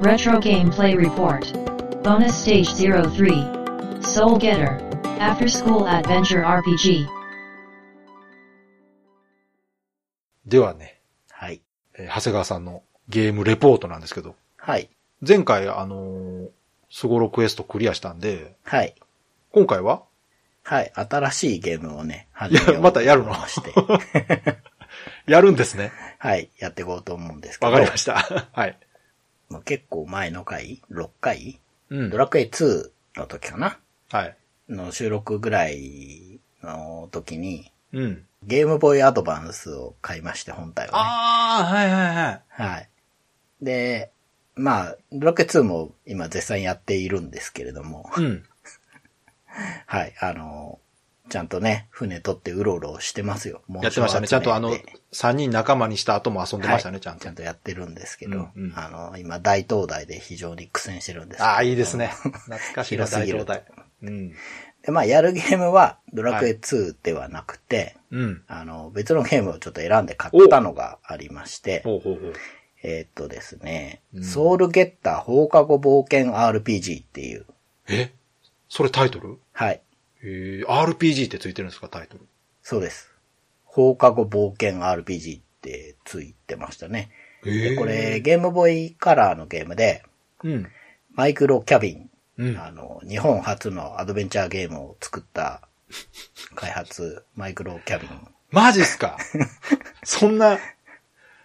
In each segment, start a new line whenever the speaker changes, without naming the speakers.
Retro Gameplay Report. Bonus Stage 03. Soul Getter. After School Adventure RPG.
ではね、
はい。
えー長谷川さんのゲームレポートなんですけど、
はい。
前回あのースゴロクエストクリアしたんで、
はい。
今回は
はい。新しいゲームをね、始
いやまたやるの
して。
やるんですね。
はい。やっていこうと思うんですけ
わ
ど。
かりました。 はい。
もう結構前の回 ?6 回
うん
ド。ラクエ2の時かな
はい。
の収録ぐらいの時に、
うん。
ゲームボーイアドバンスを買いまして、本体をね。
ああ、はいはいはい。
はい。で、まあ、ドラクエ2も今絶賛やっているんですけれども、
うん。
はい、あの、ちゃんとね、船取ってうろうろしてますよ。
やってましたね。ちゃんとあの
紋章集めて、
3人仲間にした後も遊んでましたね、
はい
ちゃんと。
やってるんですけど、
うんうん
あの、今大東大で非常に苦戦してるんですけど
ああ、いいですね。。懐かしいな、
広す
大
ぎ
東
る
大。うん。
で、まあ、やるゲームは、ドラクエ2ではなくて、
うん。
あの、別のゲームをちょっと選んで買ったのがありまして、
ほうほうほう。
えーっとですね、
うん
ソウルゲッター放課後冒険 RPG っていう、
えそれタイトル
はい、
えー、RPG ってついてるんですか、タイトル。
そうです。放課後冒険 RPG ってついてましたね。
え
でこれ、、ゲームボーイカラーのゲームで、
うん。
マイクロキャビン、
うん。
あの、日本初のアドベンチャーゲームを作った、開発、マイクロキャビン。
マジっす かそんな、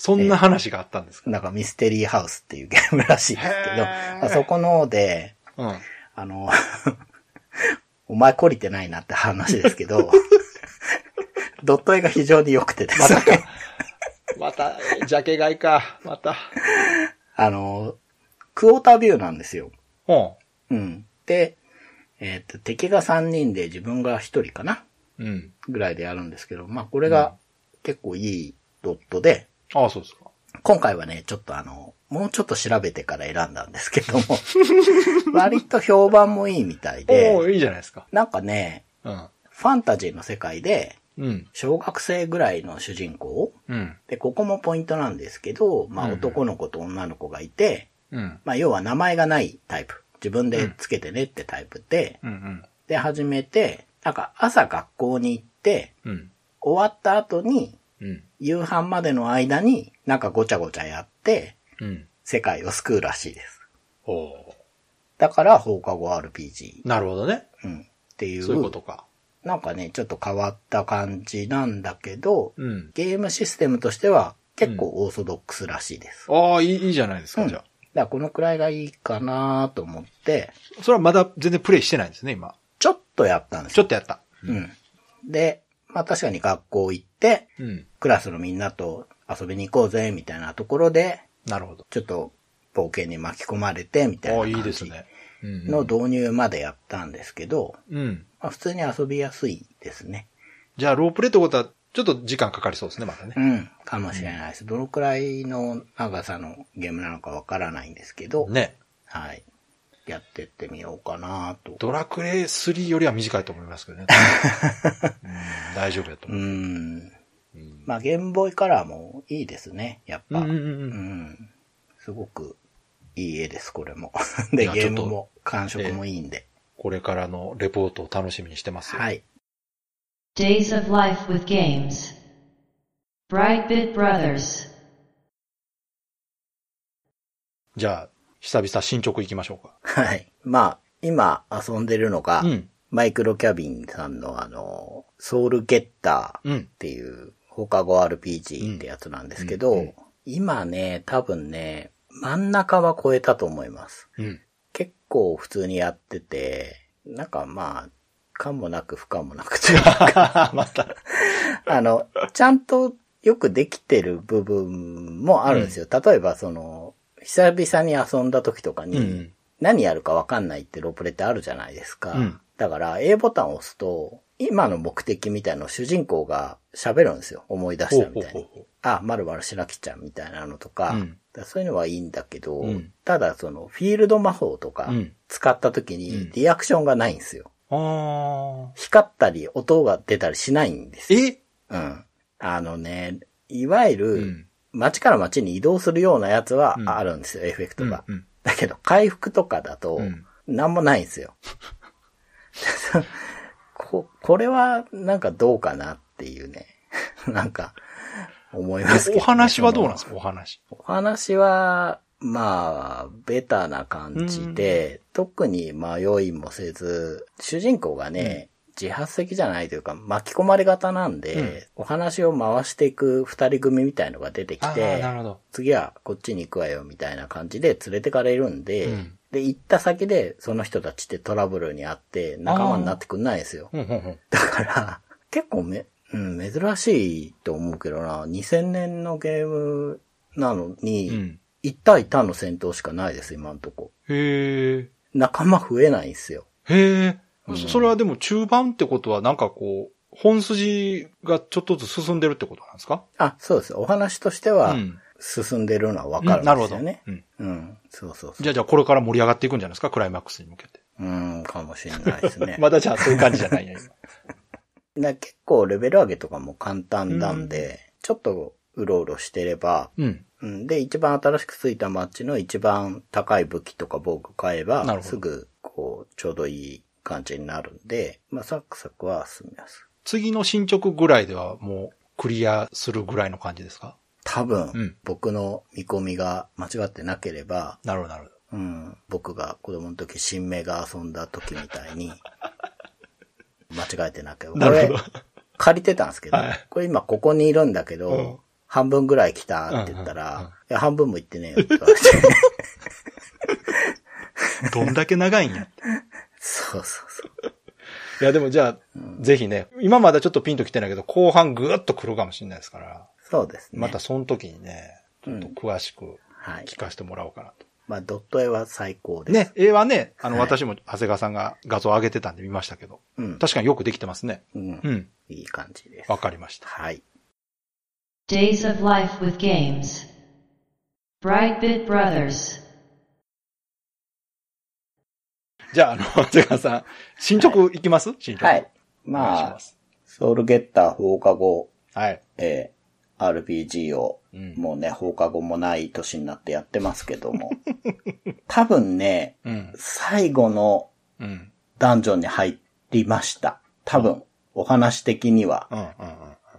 そんな話があったんですか、
なんかミステリーハウスっていうゲームらしいですけど、
へー
まあそこので、
うん。
あの、 お前懲りてないなって話ですけ ど、ドット絵が非常に良くてですね。
また、ジャケ買いか。また。
あの、クォータービューなんですよ。
ほ
うん。で、えっ、と、敵が3人で自分が1人かな
う。うん。
ぐらいでやるんですけど、まあこれが結構いいドットで、
ああ、そうですか。
今回はね、ちょっとあの、もうちょっと調べてから選んだんですけども、 割と評判もいいみたい
お
で、
おいいじゃないですか。
なんかね、
うん。
ファンタジーの世界で、
うん。
小学生ぐらいの主人公
うん。
で、ここもポイントなんですけど、ま
う
あ
ん
男の子と女の子がいて、
うん。
まあ要は名前がないタイプ。自分でつけてねってタイプで、
うん。うん。
で始めて、なんか朝学校に行って、
うん。
終わった後に、
うん。
夕飯までの間になんかごちゃごちゃやって、
うん。
世界を救うらしいです。
おお
だから放課後 RPG、
なるほどね。
うん、っていう
そういうことか。
なんかね、ちょっと変わった感じなんだけど、
うん。
ゲームシステムとしては結構オーソドックスらしいです。
ああ、いいいいじゃないです
う
か、
ん
じゃ
だからこのくらいがいいかなと思って、
あ。それはまだ全然プレイしてないんですね、今。
ちょっとやったんです
ちょ
よ。
っとやった。
うん。で、まあ確かに学校行って、
うん。
クラスのみんなと遊びに行こうぜ、みたいなところで、
なるほど。
ちょっと冒険に巻き込まれて、みたい
あ
な
あ、いい
感
です
じ
ね。うん。
の導入までやったんですけど、
うん。
まあ、普通に遊びやすいですね。
じゃあ、ロープレイってことは、ちょっと時間かかりそうですね、まだね
う。ん、かもしれないです。どのくらいの長さのゲームなのかわからないんですけど、
ね。
はい。やってってみようかなと。
ドラクエ3よりは短いと思います けどね。うん大丈夫やと
う
思う。
ん。
うん
まあ、ゲームボーイカラーもいいですね、やっ
う
ぱ。
んうんう
うんん。すごくいい絵です、これも。
い
で、
や
ゲー
ちょっ
ム
と
も感触もいいんで。
これからのレポートを楽しみにしてますよ。
はい。
Days of Life with Games. Brightbit Brothers.
じゃあ、久々進捗行きましょうか。
はい。まあ、今遊んでるのが、
うん。
マイクロキャビンさんのあの、ソウルゲッターっ
うん。
ていう放課後 RPG ってやつなんですけど、
うんうん
今ね、多分ね、真ん中は超えたと思います。
うん。
結構普通にやってて、なんかまあ、かもなく不可もなくというか
また。
あの、ちゃんとよくできてる部分もあるんですよ。例えばその、久々に遊んだ時とかに、
うん。
何やるかわかんないってロープレってあるじゃないですか。
うん
だから A ボタンを押すと、今の目的みたいのを主人公が喋るんですよ。思い出
ほ
した
うほ
み
う
たい
ほう
に。
ほ
あ、まるまるしらきちゃんみたいなのとか、
うん
だからそういうのはいいんだけど、
うん
ただそのフィールド魔法とか
うん
使った時
うん
にリアクションがないんですよ。
う。あ
光ったり音が出たりしないんです
ー
よ。
え
うん。あのね、いわゆ
う
る街から街に移動するようなやつは
うん
あるんですよ、エフェクトが。
うん。
だけど、回復とかだと
う、ん
なんもないんですよ。 こ、これは、なんかどうかなっていうね。 なんか、思いますけどね、
お話はどうなんです
か
かお話。
お話は、まあ、ベタな感じで、特に迷いもせず、主人公がね、自発的じゃないというか、巻き込まれ型なんで、お話を回していく二人組みたいのが出て
あ
き
あ、
て、
なるほど。
次はこっちに行くわよみたいな感じで連れてかれるんで、
うん
で、行った先でその人たちってトラブルにあって仲間になってくんないんですよ。
うんうんうん。
だから、結構め、うん、珍しいと思うけどな、2000年のゲームなのに、
うん
1対1の戦闘しかないです、今んとこ。
へえ。
仲間増えないんですよ。
へ
うん
え。そそれはでも中盤ってことはなんかこう、本筋がちょっとずつ進んでるってことなんですか
あ、そうです。お話として
う
は、
ん。
進んでるのはわか
う
る
ん
ん
なる
で
ほ
す
ど。
よ
うん
ね。。うん、そうそうそう。
じゃあじゃあこれから盛り上がっていくんじゃないですかクライマックスに向け て。。
うん、かもしれないですね
まだじゃあそういう感じじゃないね。
な結構レベル上げとかも簡単なんで、ちょっとうろうろしてれば、
今うん。
うん、で、一番新しくついたマッチの一番高い武器とか防具買え
なる
ば、
ほど
すぐ、こう、ちょうどいい感じになるんで、まあ、サクサクは進みます。
次の進捗ぐらいではもうクリアするぐらいの感じですか
多分、
うん
僕の見込みが間違ってなければ、
なるほど、なるほど。
うん、僕が子供の時、新芽が遊んだ時みたい に、間違えてなければ。
なるほど
これ借りてたんですけど、
はい
これ今ここにいるんだけど、
うん
半分ぐらい来たって言ったら、
うんうんうん
いや、半分も行ってねえよって言わ れて。
どんだけ長いんやって。
そうそうそう。
いや、でもじゃあ、ぜひね、今まだちょっとピンと来てないけど、後半ぐーっと来るかもしれないですから、
そうですね。
またその時にね、ちょっと詳しく
はい
聞。かせてもらおうかなと。
まあ、ドット絵は最高です。
ね、絵はね、あの、
はい
私も長谷川さんが画像を上げてたんで見ましたけど、
うん。
確かによくできてますね。
うん
う。ん、
いい感じです。
わかりました。
はい。
Days of Life with Games. Brightbit Brothers.
じゃあ、あの、 長谷川さん、進捗いきます、進捗。
はい。
お願いし
まあ
ま、す。
ソウルゲッター放課後、
はい。
えー RPG を、
うん
もうね、放課後もない年になってやってますけど も。多分ね、
うん。
最後の
うん。うん。
ダンジョンに入りました。多分、お話的には。
うん。うん。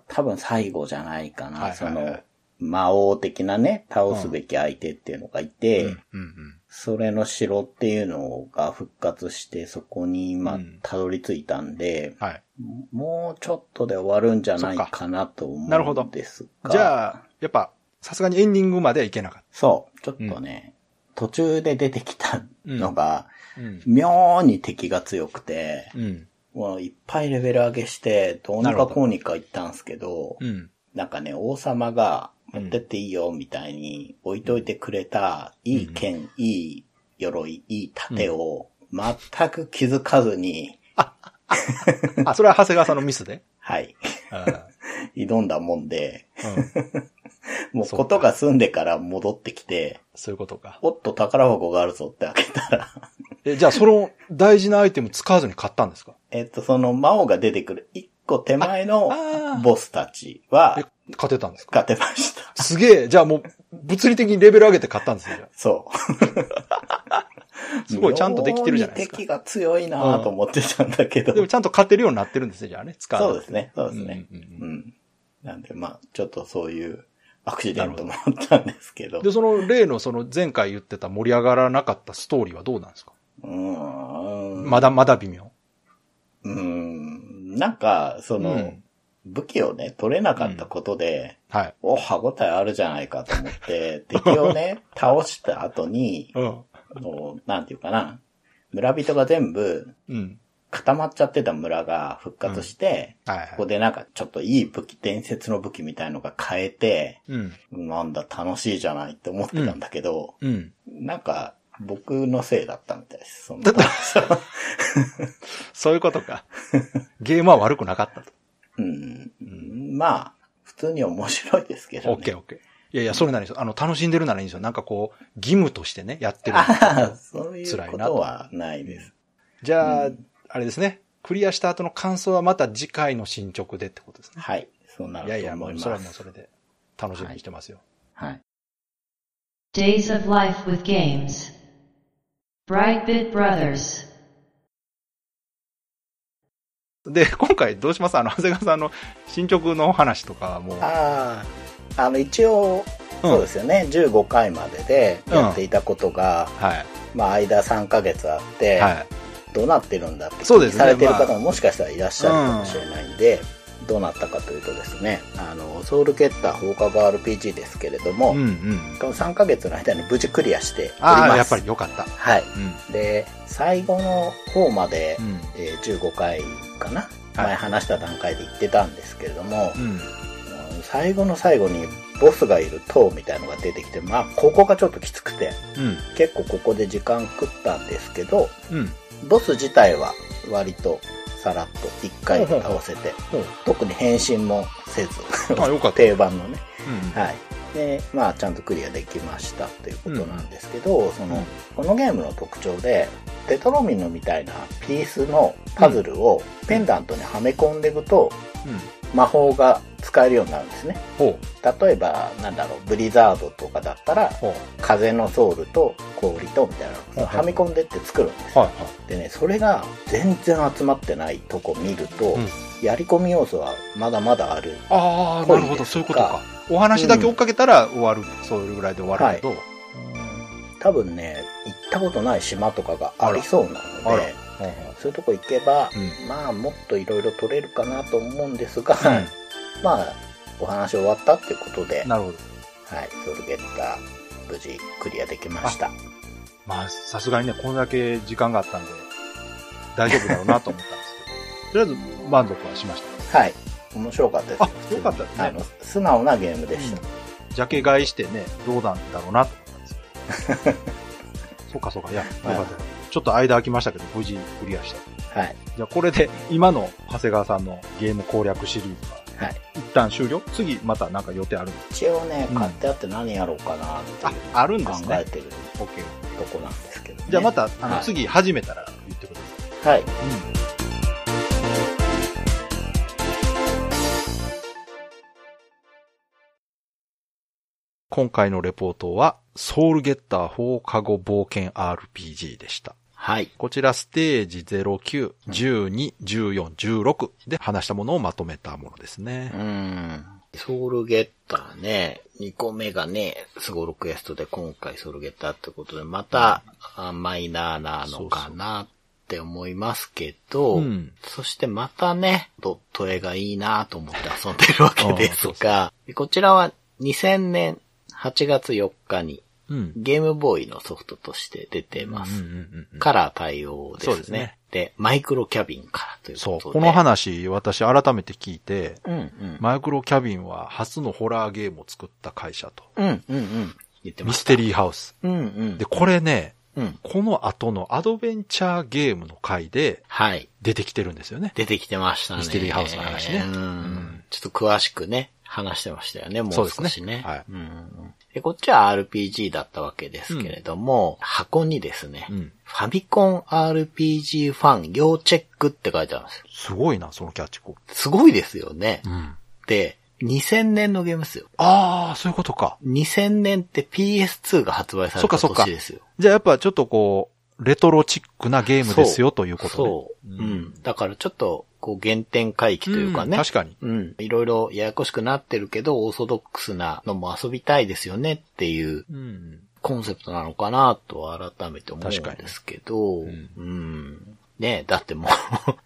多分最後じゃないか
はい
な。
は
そ
いはい
の、魔王的なね、倒すべき相手っていうのがいて、
うん。うん。
それの城っていうのが復活して、そこに
う
今
ん、
たどり着いたんで、
はい。
もうちょっとで終わるんじゃない
そっか
かなと思
なるほ
う
ど
んですが。
じゃあ、やっぱ、さすがにエンディングまではいけなかっ
そう、ちょっとね、途中で出てきたのが、
た。うん。
妙に敵が強くて、
うん。
もういっぱいレベル上げして、どうに
なる
か
ほど
こうにか行ったんすけど、
うん。
なんかね、王様が持ってっていいよみたいに置いといてくれた、いい剣、いい鎧、いい盾を全く気づかずに、
あ、それは長谷川さんのミスで。
はい、
うん。
挑んだもんで、
うん
もう
そうか
ことが済んでから戻ってきて、
そういうことか。
おっと宝箱があるぞって開けたら、
え、じゃあ、その大事なアイテム使わずに買ったんですか
えっと、その魔王が出てくる一個手前の
ああ
ボスたちは
え、買ってたんですか
勝てました。
すげえ。じゃあもう、物理的にレベル上げて買ったんですよ。じゃ
そう。
すごいちゃんとできてるじゃないですか
妙に敵が強いなぁと思ってたんだけど
あ で。もちゃんと買ってるようになってるんですよ、じゃあね。使う。
そうですね。そうですね。
う
うんん
うん
なんで、まあ、ちょっとそういうアクシデントもあったんですけど。
で、その例のその前回言ってた盛り上がらなかったストーリーはどうなんですか、
うーん。
まだまだ微妙。
うーん。なんか、その、
うん
武器をね、取れなかったことで、
はい。
お、歯応えあるじゃないかと思って、敵を ね、倒した後に、
うん。
あのなんていうかな、村人が全部
うん。
固まっちゃってた村が復活して、
はいはい。
ここでなんかちょっといい武器、伝説の武器みたいのが変えて、
うん。
なんだ楽しいじゃないって思ってたんだけど、
うん。
なんか僕のせいだったみたいです。その
だったそういうことか。ゲームは悪くなかったと。
うん、まあ、普通に面白いですけど
オ
ね。
ッケーオッケー。いやいや、それなりに、あの、楽しんでるならいいんですよ。なんかこう、義務としてね、やってるんで。
ああ、 そういう
辛い
こ
なと
とはないです。
じゃあ、
うん
あれですね。クリアした後の感想はまた次回の進捗でってことですね。
はい。そうなる
いやい
と
や、も
思いうます。
それはもうそれで楽しみにしてますよ。
はい。
Days of Life with Games. Brightbit Brothers.
で、今回どうしますあの、長谷川さんの新曲の話とかも。
ああ、あの、一応、そうですよね、15回まででやっていたことが、
はい。
まあ、間3ヶ月あって、
はい。
どうなってるんだって気
そう
に
ですね
されてる方ももしかしたらいらっしゃるかもしれないんで、どうなったかというとですね、あの、ソウルゲッター放課後 RPG ですけれども、
うんうん。
この3ヶ月の間に無事クリアしております。
ああ、やっぱり。よかった。
はい。
うん。
で、最後の方まで、
うん。
えー15回かな、
はい
前話した段階で言ってたんですけれども、
うん。
うん最後の最後にボスがいる塔みたいのが出てきて、まあ、ここがちょっときつくて、
うん。
結構ここで時間食ったんですけど、
うん。
ボス自体は割とさらっと1回で倒せて、 特に変身もせず、
あよかった。
定番のね、
うん。
はい。で、まあ、ちゃんとクリアできましたということなんですけど、その、このゲームの特徴で、テトロミノみたいなピースのパズルをペンダントにはめ込んでいくと、
うん。
魔法が使えるようになるんですね。
ほ
例えば、なんだろう、ブリザードとかだったら
う。、ほ
風のソウルと氷とみたいなのをはめ込んでって作るんです
う。
よ。
はいは
でね、それが全然集まってないとこ見ると、
うん
やり込み要素はまだまだある。
い。ああ、な
ぽい
るほど。
です
そういうことか。お話だけ追っかけたら終わる。それぐらいで終わるけど。
多分ね、行ったことない島とかがありそうな
あ
の
ら
で、
ほうほ
そういうとこ行け
う
ば、まあもっといろいろ取れるかなと思うんですが、
うん
まあお話終わったっていうことで、
なるほど。
はい、ソウルゲッター無事クリアできました。
まあ、さすがにね、こんだけ時間があったんで、大丈夫だろうなと思ったんですけ ど。とりあえず、満足はしました。
はい、面白かったです。
あよかったですね
あの、素直なゲームでした。
ジャケ買いしてね、どうなんだろうなと思ったんですよ。 そうかそうか、いや、よかった。ちょっと間空きましたけど、無事クリアした。
はい、
じゃあこれで、今の長谷川さんのゲーム攻略シリーズは、
はい。
一旦終了次、またなんか予定あるんです
一応ね、
うん
買ってあって何やろうかなって
か
いう
あ、あるんです
考え
ね。
てる
OK。
とこなんですけど、ね、
じゃあまた、あの、
はい
次始めたら言ってくださ
はい。
い。うん。今回のレポートは、ソウルゲッター放課後冒険 RPG でした。
はい。
こちらステージ09、12、14、16で話したものをまとめたものですね
う。ん。ソウルゲッターね、2個目がね、スゴロクエストで今回ソウルゲッターってことで、また、あマイナーなのかなって思いますけど、
う
そ
ん
してまたね、ドット絵がいいなと思って遊んでるわけで
あそ
す
う
が、こちらは2000年8月4日に
うん。
ゲームボーイのソフトとして出てま
うん
す。
うんうんうん
カラー対応です
そ
ね。
うですね
で、マイクロキャビンからということ
そ
で。
う。この話、私改めて聞いて、
うんうん。
マイクロキャビンは初のホラーゲームを作った会社と。
うんうんうん。言ってま
ミス
した
テリーハウス。
うんうん。
で、これね、
うん。
この後のアドベンチャーゲームの回で
はい。
出てきてるんですよね。
出てきてましたね。
ミステリーハウスの話ね
うん。
ん
ちょっと詳しくね、話してましたよね、もう
そう
少
ですね
しね。
はい
うんで、こっちは RPG だったわけですけれども、箱にですね、
うん
ファミコン RPG ファン要チェックって書いてあるんですよ。
すごいな、そのキャッチコピ
すごいですよね。
ー。うん。
で、2000年のゲームですよ。
あー、そういうことか。
2000年って PS2 が発売さ
そ
れ
っか
た
そっか
年ですよ。
じゃあやっぱちょっとこう、レトロチックなゲームですよということね
そう。うん。だからちょっと、こう、原点回帰というかね。
うん確かに。
うん。いろいろややこしくなってるけど、オーソドックスなのも遊びたいですよねっていう
うん。
コンセプトなのかなと改めて思うん
確かに
ですけど、
うん
うん。ねだっても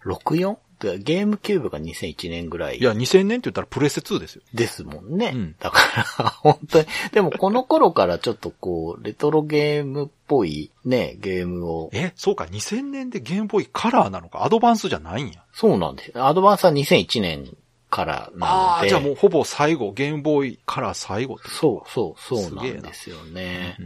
う 64? でゲームキューブが2001年ぐらい
いや、2000年って言ったらプレステ2ですよ。
ですもんね。
うん
だから、本当に。でもこの頃からちょっとこう、レトロゲームっぽいね、ゲームを。
え、そうか、2000年でゲームボーイカラーなのか、アドバンスじゃないんや。
そうなんですよ。アドバンスは2001年からな
あ
の
あー、
で。
じゃあもうほぼ最後、ゲームボーイカラー最後ってこと
そうそう、そう
す
な
げえなん
ですよね。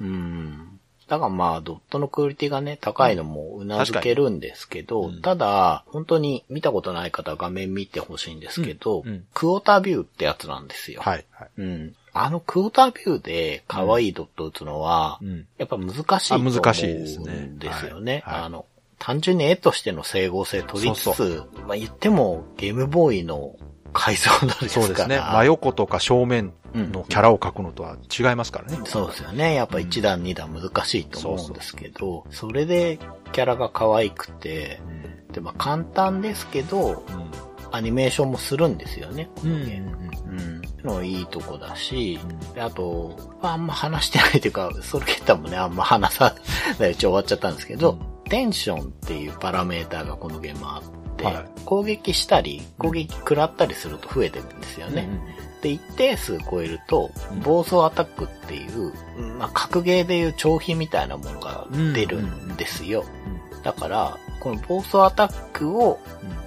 うん。だからまあ、ドットのクオリティがね、高いのもうなずけるんですけど、
確かにうん
ただ、本当に見たことない方は画面見てほしいんですけど、
うんうん
クオータービューってやつなんですよ。
はい。はい。
うん。あのクオータービューで可愛いドット打つのは、
うん。
やっぱ難しいと
あ
思うん
難しいですね
ですよね。
はいはい
あの、単純に絵としての整合性取りつつ、
そう
まあ言ってもゲームボーイの
回想なんです
そうですね。
か
真
ら
横とか正面のキャラを描くのとは違いますからね。
そうですよね。やっぱ1段2段難しいと思うんですけど、それでキャラが可愛くて、で、まあ簡単ですけど、アニメーションもするんですよね、このゲーム。うん。のいいとこだし、であと、まああんま話してないというか、ソルケッタもね、あんま話さないうち終わっちゃったんですけど、テンションっていうパラメーターがこのゲームあって、
はい
攻撃したり、攻撃食らったりすると増えてるんですよね。で、一定数超えると、暴走アタックっていう、まあ、格ゲーでいう長飛みたいなものが出るんですよ。だから、この暴走アタックを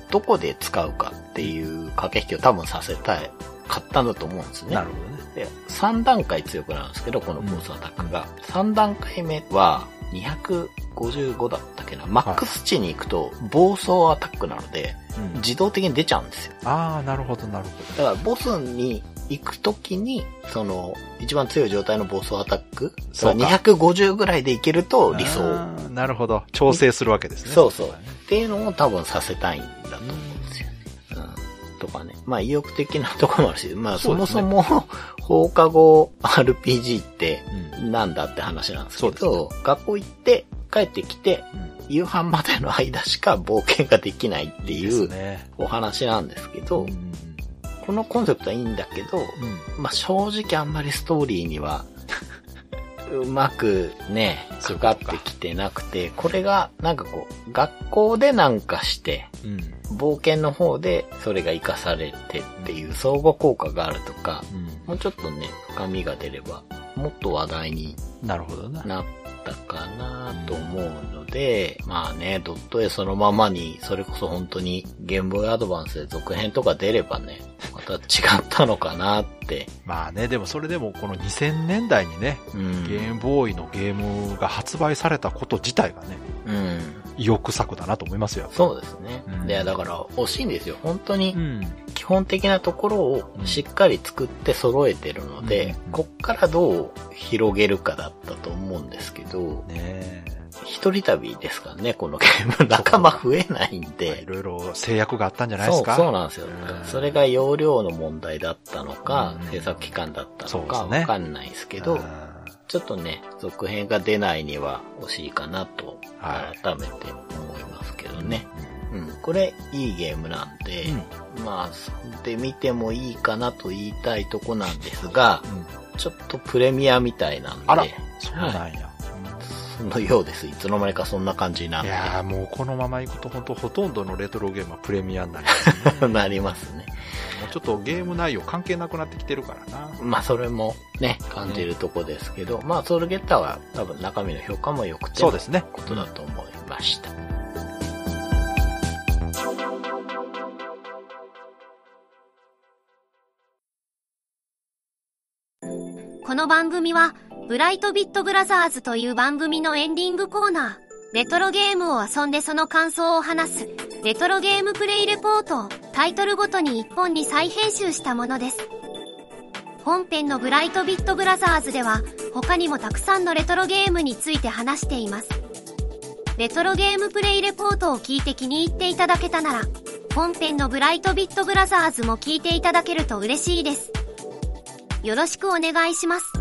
どこで使うかっていう駆け引きを多分させたい、買ったんだと思うんですね。
なるほどね。
で、3段階強くなるんですけど、この暴走アタックが。3段階目は、255だったっけな。マックス値に行くと、暴走アタックなので、自動的に出ちゃうんですよ。
ああ、なるほど、なるほ
だからボスに行くときに、その、一番強い状態のボスアタック、
そうか
250ぐらいでいけると
ど。
理想。
あー。なるほど。調整するわけですね。
そうそう。っていうのを多分させたいんだと思うんですよね。うん。とかね。まあ意欲的なところもあるし、まあそ
そう
も
です
そ
ね
も、放課後 RPG って
う
なんだって話なんですけ
そ
ど、学校行って帰ってきて、
うん。
夕飯までの間しか冒険ができないって
いいで
い
す
う
ね。
お話なんですけど、
ん。
このコンセプトはいいんだけど、まあ、正直あんまりストーリー には、うまくね、かかってきてなくて、これがなんかこう、学校でなんかして、
うん。
冒険の方でそれが活かされてっていう相互効果があるとか、もうちょっとね、深みが出れば、もっと話題に
うん。なるほどな。
なったかなと思うので、まあね、ドット絵そのままに、それこそ本当にゲームボーイアドバンスで続編とか出ればね、また違ったのかなって。
まあね、でもそれでもこの2000年代にね、
うん。
ゲームボーイのゲームが発売されたこと自体がね、
うん。
意欲作だなと思いますよ。
そうですね。
うん
で、だから惜しいんですよ。本当に
ん。
基本的なところをしっかり作って揃えてるので、
うん
こっからどう広げるかだったと思うんですけど、
ね
一人旅ですからね、このゲーム。仲間増えないん
え。い
で。
ろいろ制約があったんじゃないですか
そう、そうなんですよ
う。ん
それが容量の問題だったのか、
うん
制作期間だったの
そ
か、
うですね
わかんないですけど、
あー
ちょっとね、続編が出ないには惜しいかなと、
はい
改めて思いますけどね。うん、これ、いいゲームなんで、まあ、そんで見てもいいかなと言いたいとこなんですが、
うん
ちょっとプレミアみたいなんで、
あらそうなんや。
そのようです。いつの間にかそんな感じにないっ
やーもうこのままいくと本当ほとんどのレトロゲームはプレミアになり
て、 なりますね。
もうちょっとゲーム内容関係なくなってきてるからな。
まあ、それもね、感じるとこですけど、まあ、ソウルゲッターは多分中身の評価も良くて、
そうですね。
ことだと思いました。
この番組は、ブライトビットブラザーズという番組のエンディングコーナー、レトロゲームを遊んでその感想を話す、レトロゲームプレイレポートをタイトルごとに1本に再編集したものです。本編のブライトビットブラザーズでは、他にもたくさんのレトロゲームについて話しています。レトロゲームプレイレポートを聞いて気に入っていただけたなら、本編のブライトビットブラザーズも聞いていただけると嬉しいです。よろしくお願いします。